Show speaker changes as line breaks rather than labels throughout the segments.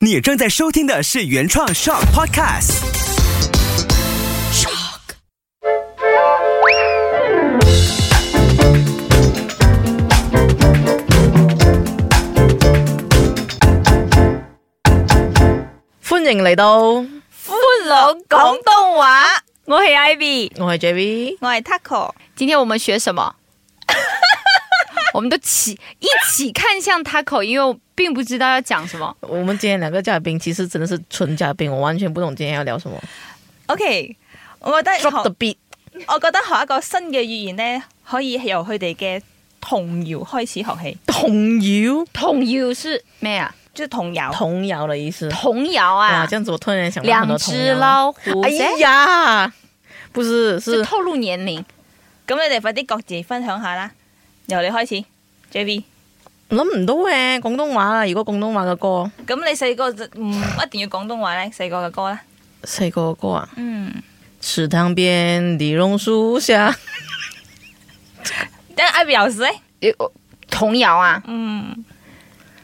你正在收听的是原创 Shock Podcast。
欢迎嚟到，我
欢乐广东话，我系 Ivy，
系 J V，
我系 Taco。
今天我们学什么？ 我们都起一起看向 Taco，因为我并不知道要讲什么。
我们今天两个嘉宾其实真的是纯嘉宾，我完全不懂今天要聊什么。
OK，我觉
哎
得
Drop the
學
beat，
我覺得學一個新嘅語言咧，可以由佢哋嘅童謠開始學起，
童谣，
童谣是咩啊？
即係童謠。
童谣的意思。
童谣
哇，
啊
这，样子我突然想到很多
两
童
只
谣。
老虎。
哎呀，不是
是
是
透露年龄。
咁你哋快啲各自分享下啦，由你開始，JV。
諗唔到嘅廣東話啦。如果廣東話嘅歌，
咁你細個就唔一定要廣東話咧，細個嘅歌啦。
細個嘅歌啊，
嗯，
池塘邊的榕樹下，
但 Ivy 又是咧，
呃童谣啊，
嗯，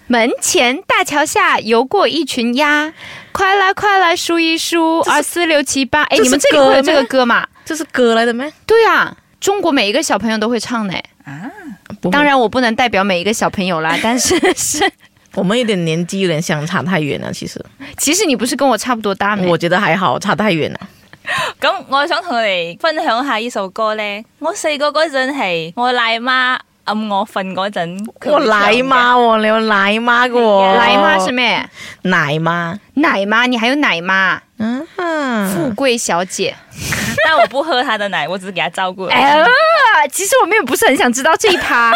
门前大桥下游过一群鸭，快来快来数一数，二四六七八。哎，
这是
你们这里会有这
歌
个
吗
歌吗？
這是歌來的咩？
对啊，中国每一个小朋友都会唱呢。
不會
当，然，我不能代表每一个小朋友 啦，但是是，
我們有點年紀有點相差太遠了。其實
其实你不是跟我差不多大呢。
我覺得還好，差太遠了。
咁我想同你哋分享下呢首歌咧。我細個嗰陣係我奶媽暗我瞓嗰陣，佢
我
會唱
奶
嘅
媽喎，你有奶媽嘅喎，
奶妈是咩？
奶媽，
奶妈，你还有奶妈，
嗯、
富贵小姐。
但我不喝他的奶，我只是给他照顾而已。
哎呀，其实我们也不是很想知道这一 趴。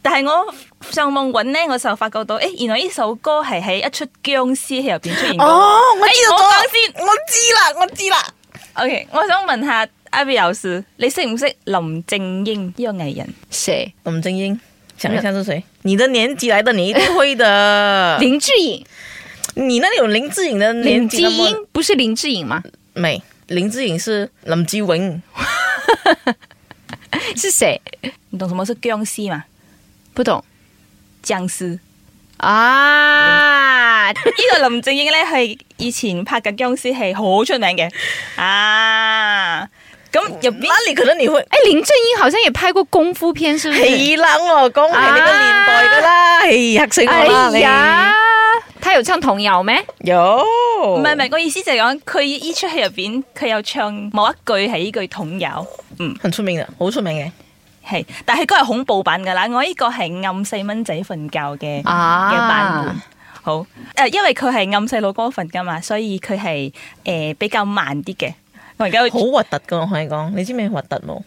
但系我上網揾咧，我就發覺到，诶、原來呢首歌係喺一出僵屍戲入边出現過。
哦，我知道
我
咗，
講先
我知啦，我知啦，
OK，我想問下阿 B 老師，你識唔識林正英呢個藝人？
谁？。
林正英。想一下是谁？你的年纪来的，你一定会的
林志颖，
你那里有林志颖的年
啊林
纪
志
那么
颖不是林志颖吗？
没？林志颖是林志颖，
是谁？
你懂什麼是僵屍嘛？
不懂
僵屍呢、
嗯啊。
個林正英咧係以前拍嘅僵屍戲好出名嘅啊！咁入边
那你可能你会。
哎，林正英好像也拍过功夫片，是不是？
系啦，我讲系呢个年代噶啦，系吓死我啦！
哎
你
呀，他有唱童谣咩？
有
唔係唔係，我意思就係講佢呢出戲入边，佢有唱某一句係呢句統有。
很出名的，好出名嘅。
係，但係嗰個係恐怖版㗎啦，我呢個係暗細蚊仔瞓覺嘅
啊
嘅版本。好，誒、呃因為佢係暗細佬哥瞓㗎嘛，所以佢係誒比較慢啲嘅。我而家
好核突噶，我同你講，你知唔知核突冇？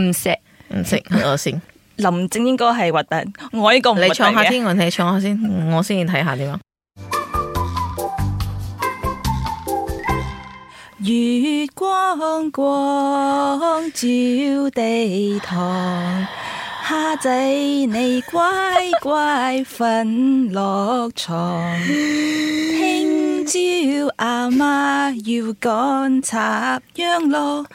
唔识。
唔識，很惡心。
林正英哥係核突，我呢個唔核
你
突
唱下
嘅。
先，我你唱下先，我先至睇下點啊。
月光光照地堂，蝦仔你乖乖瞓落床。聽朝阿媽要趕插秧咯，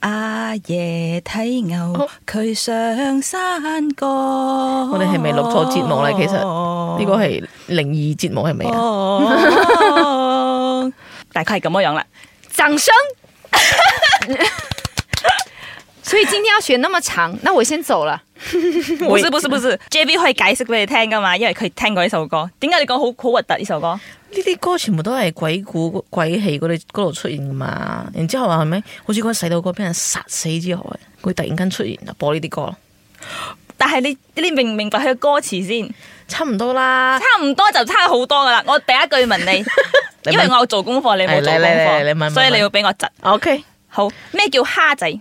阿爺睇牛，佢上山崗。我
哋係咪錄錯節目咧其實呢 個係靈異節目係咪啊？
哦，大概係咁樣樣啦。
掌声。 所以今天要学那么长，那我先走了。
不是不是 不是，JB 可以解釋俾你聽噶嘛，因為佢聽過呢首歌。點解你講好好核突呢首歌？
呢啲歌全部都係鬼故鬼戲嗰啲嗰度出現噶嘛。然之後話係咪？好似嗰個細路哥俾人殺死之後，啊佢突然間出現就播呢啲歌咯，
但係你你明唔明白佢嘅歌詞先？
差唔多啦。
差唔多就差好多噶啦。我第一句問 你，因為我有做功課，你冇做
嚟
功
嚟嚟你
課，
問
所以
問
你要俾我窒。
O K，
好，咩叫蝦仔？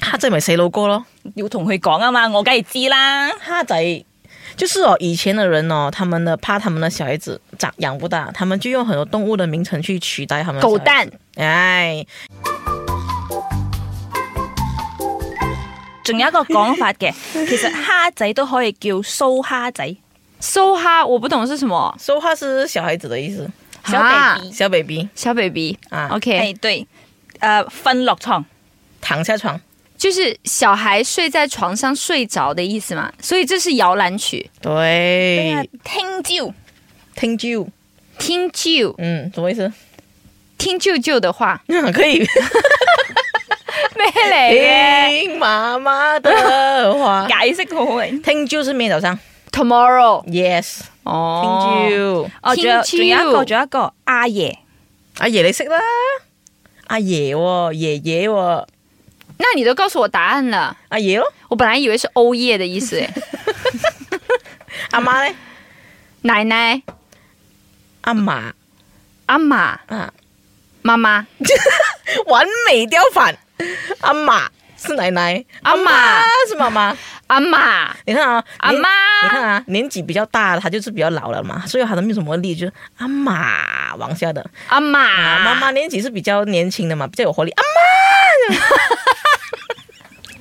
蝦仔咪細路哥咯。
要同佢講啊嘛，我梗係知啦。
蝦仔就是哦，以前的人哦，他们呢怕他们的小孩子长养不大，他们就用很多动物的名称去取代他们的小孩哎
狗
子。
蛋，
唉，
仲有一個講法 嘅，其實蝦仔都可以叫蘇蝦仔、
搜哈，我不懂是什么。
说话是小孩子的意思，
小
啊
baby。
小 baby
小 baby
啊
，OK，
哎，對，誒瞓落床。
躺下床。
就是小孩睡在床上睡着的意思嘛。所以这是摇篮曲。
咩啊
对，
聽朝。
听啾，
听舅
嗯，什么意思？
听舅舅的 话，
可以
咩嚟嘅
听妈妈的话
解釋好好明。
听啾是明天早上
？Tomorrow
，yes，听
哦，
啾。
哦，仲有仲有一個，仲有一個阿爺，
阿爺你識啦，阿爺喎，爺爺喎，
那你都告訴我答案了，
阿爺咯，
我本來以為是歐耶的意 思，哎
阿媽 咧，
奶奶、
阿嫲
阿嫲、
啊，
媽媽、
完美雕反，阿嫲是奶奶，
阿嫲
嫲是妈妈。
阿嫲、
你看啊，
阿
年你看
媽，
啊，年纪比较大的，他就是比较老了嘛，所以他的没有什么力，就是阿妈往下的。
阿嫲，
啊，妈
妈
妈年纪是比较年轻的嘛，比较有活力。啊阿
你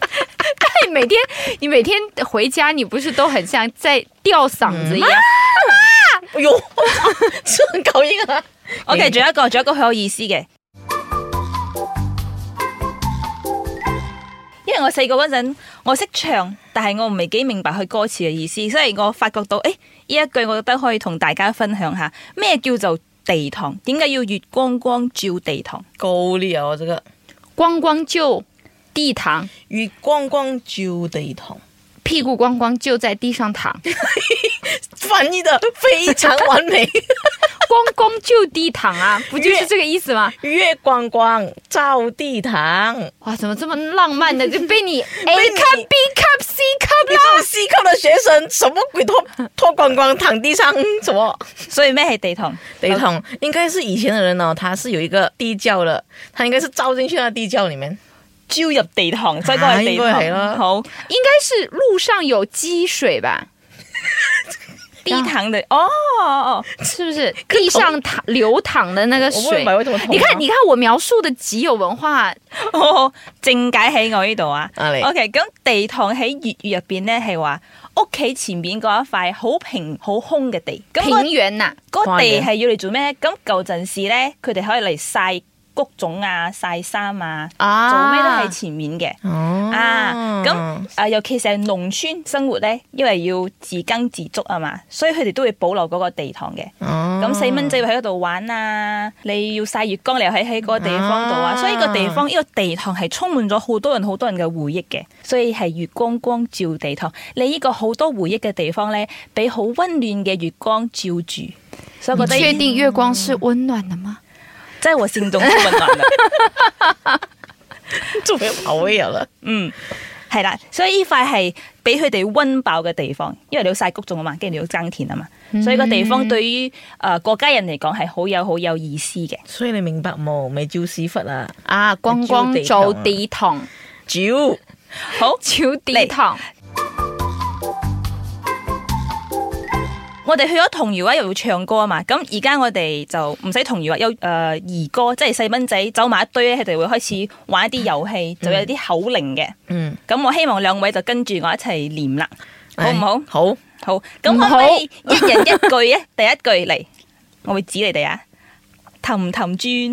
哎每天你每天回家，你不是都很像在吊嗓子一样？
嗯妈，哎呦， 是很高音啊。
OK，仲有一個，仲有一個好有意思嘅，因為我細個嗰陣我識唱，但係我唔係幾明白佢歌詞嘅意思，所以我發覺到，誒呢一句我覺得可以同大家分享下，咩叫做地堂？點解要月光光照地堂？
高力啊，我这个
光光就地躺，
月光光照地堂，
屁股光光就在地上躺，
翻译的非常完美。
光光就地 躺啊，不就是这个意思吗？
月光光照地堂， 你
哇，怎么这么浪漫的就 被你 A
被你
cup B cup C cup
这
啦？
种西科的学生，什么鬼脱脱光光躺地上？什么
所以咩係地 堂？
地堂？应该是以前的人哦，他是有一个地窖的，他应该是照进去那地窖里面。
招入地堂，所以嗰
啊
係啊
應
地堂。
該係啦
好，
应该是路上有积 水吧？
地堂的哦哦哦，
是不 是地上淌流淌的那个
我不明
水
白？为什么同啊
你看，
行
你看我描述的极有文化，
好好正解喺我呢度啊。
啊你
OK，咁地堂喺粵語入邊咧係話屋企前面嗰一塊好平好空嘅地，咁
平
嗰
原呐、
嗰地係要嚟做咩咧？咁舊陣時咧，佢哋可以嚟曬谷種啊、曬衫啊，
啊，
做咩都喺前面嘅。
哦
啊，咁啊，尤其是係農村生活咧，因為要自耕自足啊嘛，所以佢哋都會保留嗰個地堂嘅。
哦
咁細蚊仔會喺嗰度玩啊，你要曬月光，你又喺喺嗰個地方度啊，
啊
所以呢個地方呢、個地堂係充滿咗好多人好多人嘅回憶嘅，所以係月光光照地堂。你呢個好多回憶嘅地方咧，俾好温暖嘅月光照住，所以
你
我覺得
确定月光是温暖的吗？
真係我心中之温暖啦。
做咩跑位啊啦？
嗯，係啦，所以呢塊係俾佢哋温飽嘅地方，因為你要曬谷種啊嘛，跟住你要耕田啊嘛，所以個地方對於誒、呃、國家人嚟講係好有好有意思嘅。
所以你明白冇？咪照屎忽啊！
啊，光光就地躺，
照
好。
就地躺，
我哋去咗童謠啊，又要唱歌啊嘛，咁而家我哋就唔使童謠啊，有誒、呃、兒歌，即係細蚊仔走埋一堆咧，佢哋會開始玩一啲遊戲，就有啲口令嘅。
嗯，
咁我希望兩位就跟住我一齊念啦，好唔好
哎？好，
好，咁可唔可以一人一句咧？ 第一句嚟，我會指你哋啊。氹氹轉菊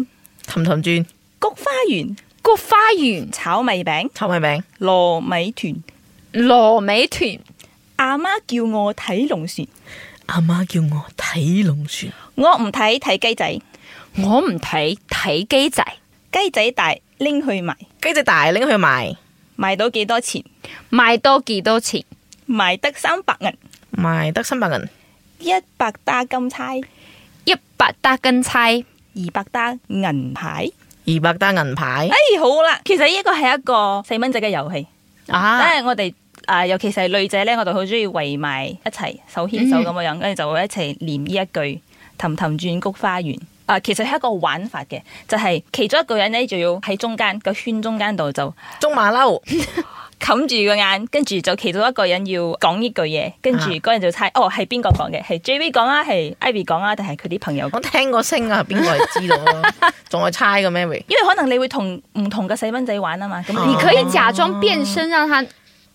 氹氹轉
花園、
菊花園
炒米餅、
臭米餅，
糯米團，
羅美團，
阿媽叫我睇龍船，
阿媽叫我睇龍船，
我唔睇睇雞仔，
我唔睇睇雞仔，
雞仔大拎去賣，
雞仔大拎去賣，
賣到幾多錢？
賣多幾多錢？
賣得三百銀。
賣得三百銀，
一百打金钗，
一百打根猜，
二百打銀牌。
二百單銀牌
哎，，好啦，其實呢個係一個細蚊仔嘅遊戲，即
啊，
哎係我哋啊、尤其是係女仔咧，我哋好中意圍埋一齊手牽手咁樣樣，跟住、就會一齊念呢一句「氹氹轉菊花園」。啊，其實係一個玩法嘅，就係、其中一個人咧就要喺中間個圈中間度就
中馬騮，
冚住個眼，跟住就其中一個人要講呢句嘢，跟住
啊
嗰人就猜哦係邊個講嘅，係 JV 講啊，係 Ivy 講啊，定係佢啲朋友講
我聽個聲啊，邊個係知道 咯？仲係猜嘅咩？喂，
因為可能你會同唔同嘅細蚊仔玩啊嘛，咁
哦
你
你
可以假裝變身，讓他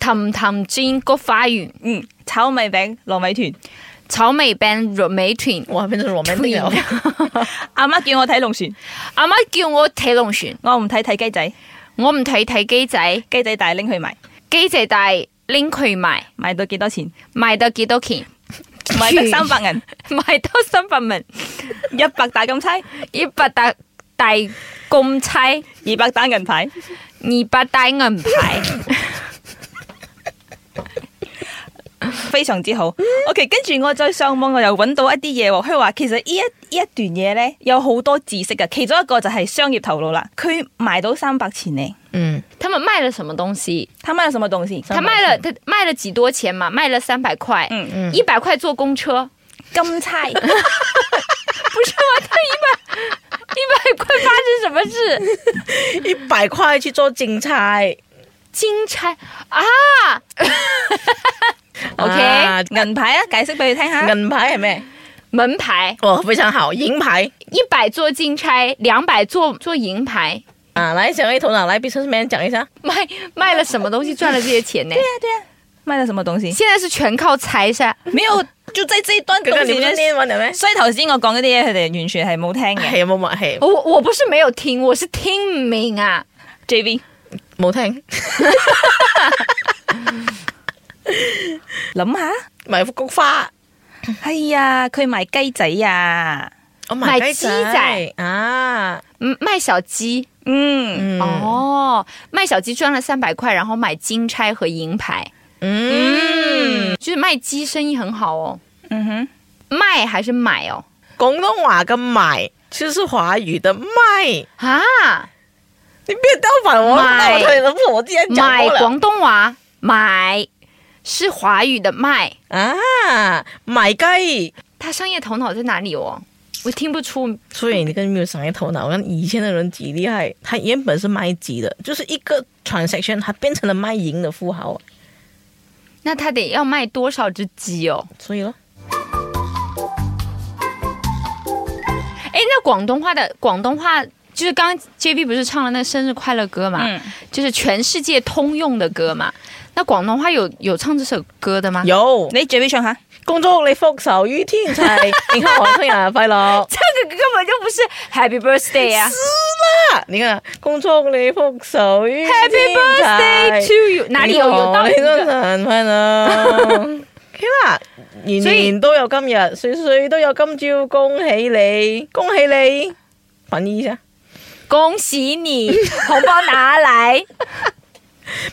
氹氹轉菊花園，
嗯，炒米餅、糯 米團。
草莓餅糯米團。
哇變咗 romantic 啊
阿媽叫我睇龍船，
阿媽叫我睇龍船，
我唔睇睇雞仔，
我唔睇睇機仔，
雞仔大拎去賣，
機仔大拎佢賣，
賣到幾多錢？
賣得幾多 錢？
賣得三百 銀，
賣得三百蚊，
一百打金钗，
一百大大公差，二
二百打銀牌。
百大銀牌。
非常之好。OK，跟住我再上網，我又揾到一啲嘢喎。佢話其實呢一呢一段嘢呢，有好多知識嘅，其中一個就係商業頭腦啦。佢賣到三百錢呢，
嗯，
他們賣了什麼東西？
他賣咗什麼東西？
他賣了，他賣了幾多錢嘛？賣了三百塊，
嗯
一百塊坐公車，
金钗，
啊一百塊發生什麼事？
一百塊去做警察
金钗啊 ，OK，、
啊
銀牌啊，解釋俾佢聽下。
銀牌係咩？
門牌
哦，非常好，銀牌
一百做金钗，兩百做做銀牌，
啊！來，小 A 頭腦來，businessman 講一下，
賣賣了什麼東西賺了這些 錢呢？
啊賣咗什麼 東西？
現在是全靠猜噻，
沒有，就在這一段
佢
東
個聊
西
天
咧。
呢揾到咩？
所以頭先我講嗰啲嘢，佢哋完全係冇聽嘅。
係有冇啊默契？
我我不是沒有聽，我是聽唔明啊。
J V
冇聽，
諗下，
埋菊花，
係啊，佢賣雞仔啊，
我
埋雞仔
啊，
嗯，賣小雞、
嗯，
嗯
哦，賣小雞賺了三百塊，然後買金钗和银牌，
嗯，
嗯，就是賣雞生意很好哦。
嗯哼，
賣還是買哦？
廣東話嘅埋就是華語的賣，
啊，
你別倒反我，
賣
我腿都我竟然講
買
過了
廣東話買是華語的賣，
啊，買雞。
他商業頭腦在哪裡哦？我聽不出。
所以你根本没有商业头脑。跟以前的人几厉害，他原本是卖鸡的，就是一个 transaction，他变成了卖淫的富豪啊。
那他得要卖多少只鸡哦？
所以咯，
哎，那廣東話的廣東話就是剛刚 J B 不是唱了那個生日快樂歌嘛，
啊
嗯
就是全世界通用的歌嘛。那廣東話有有唱這首歌的嗎？
有
你 J V 唱下，
恭祝你福壽與天齊，你看黃春人快 樂。
这個根本就不是 Happy Birthday 啊
啊你看，恭祝你福壽與
！Happy
天
birthday
齊，
to you，哪裡有有道理
你都
的？
神快 樂。OK 啦，年
所以
年都有今日，歲歲都有今朝，恭喜你，恭喜你，反一下。
恭喜你，紅包拿來，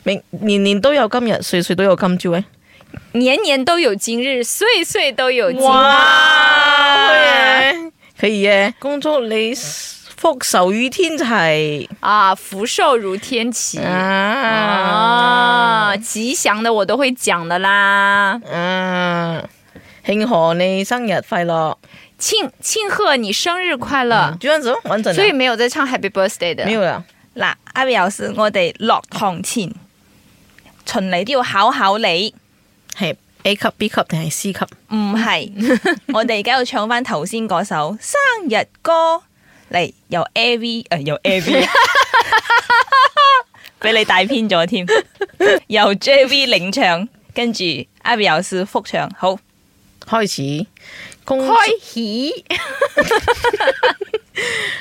明年年都有今日，歲歲都有今朝嘅。哎
年年都有今日，歲歲都有今日。
哇！可以嘅，恭祝你福壽與天齊
啊，福壽如天齐
啊
啊，吉祥的我都會講的啦。
啊！慶賀你生日快樂，
庆庆贺你生日快樂，
主人組穩陣啊，
所以沒有在唱 Happy Birthday 的
沒。有啦，
嗱，阿 V 老師，我哋落堂前循例都要考考你。
係 A 級、B 級定係 C 級？
唔係，我哋而家要唱翻頭先嗰首生日歌嚟，由 A V 誒、呃由 A V，俾你帶偏咗添， 由 J V 領唱，跟住阿 B 又是復唱，好，
開始，恭祝
開 喜，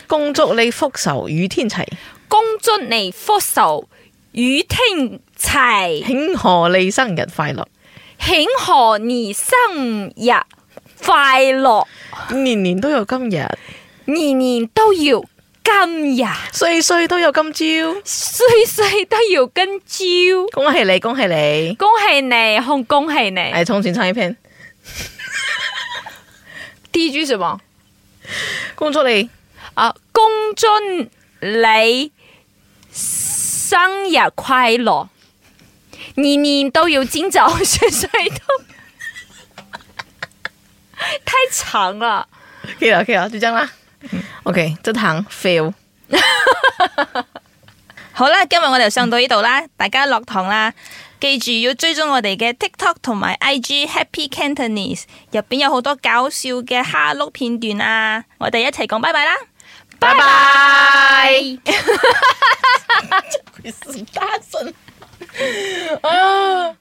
恭祝你福壽與天齊，
恭祝你福壽與天齊，
慶賀你生日快樂，
慶賀你生日快樂，
年年都有今日，
年年都要今日，
歲歲都有今朝，
歲歲都要今朝。
恭喜你，恭喜你！
恭喜你，恭恭喜你。
哎，重新唱一遍，
第一句什麼？
恭祝你。
啊，恭祝你生日快樂，年年都要今早 歲歲都。太長了，
可以了，可以了，就这样啦。OK，这堂 fail。
好啦，今日我哋就上到呢度啦，大家落堂啦，記住要追蹤我哋嘅 TikTok 同埋 IG Happy Cantonese，入边有好多搞笑嘅蝦碌片段啊！我哋一齊講拜拜啦！
拜拜。
大神啊！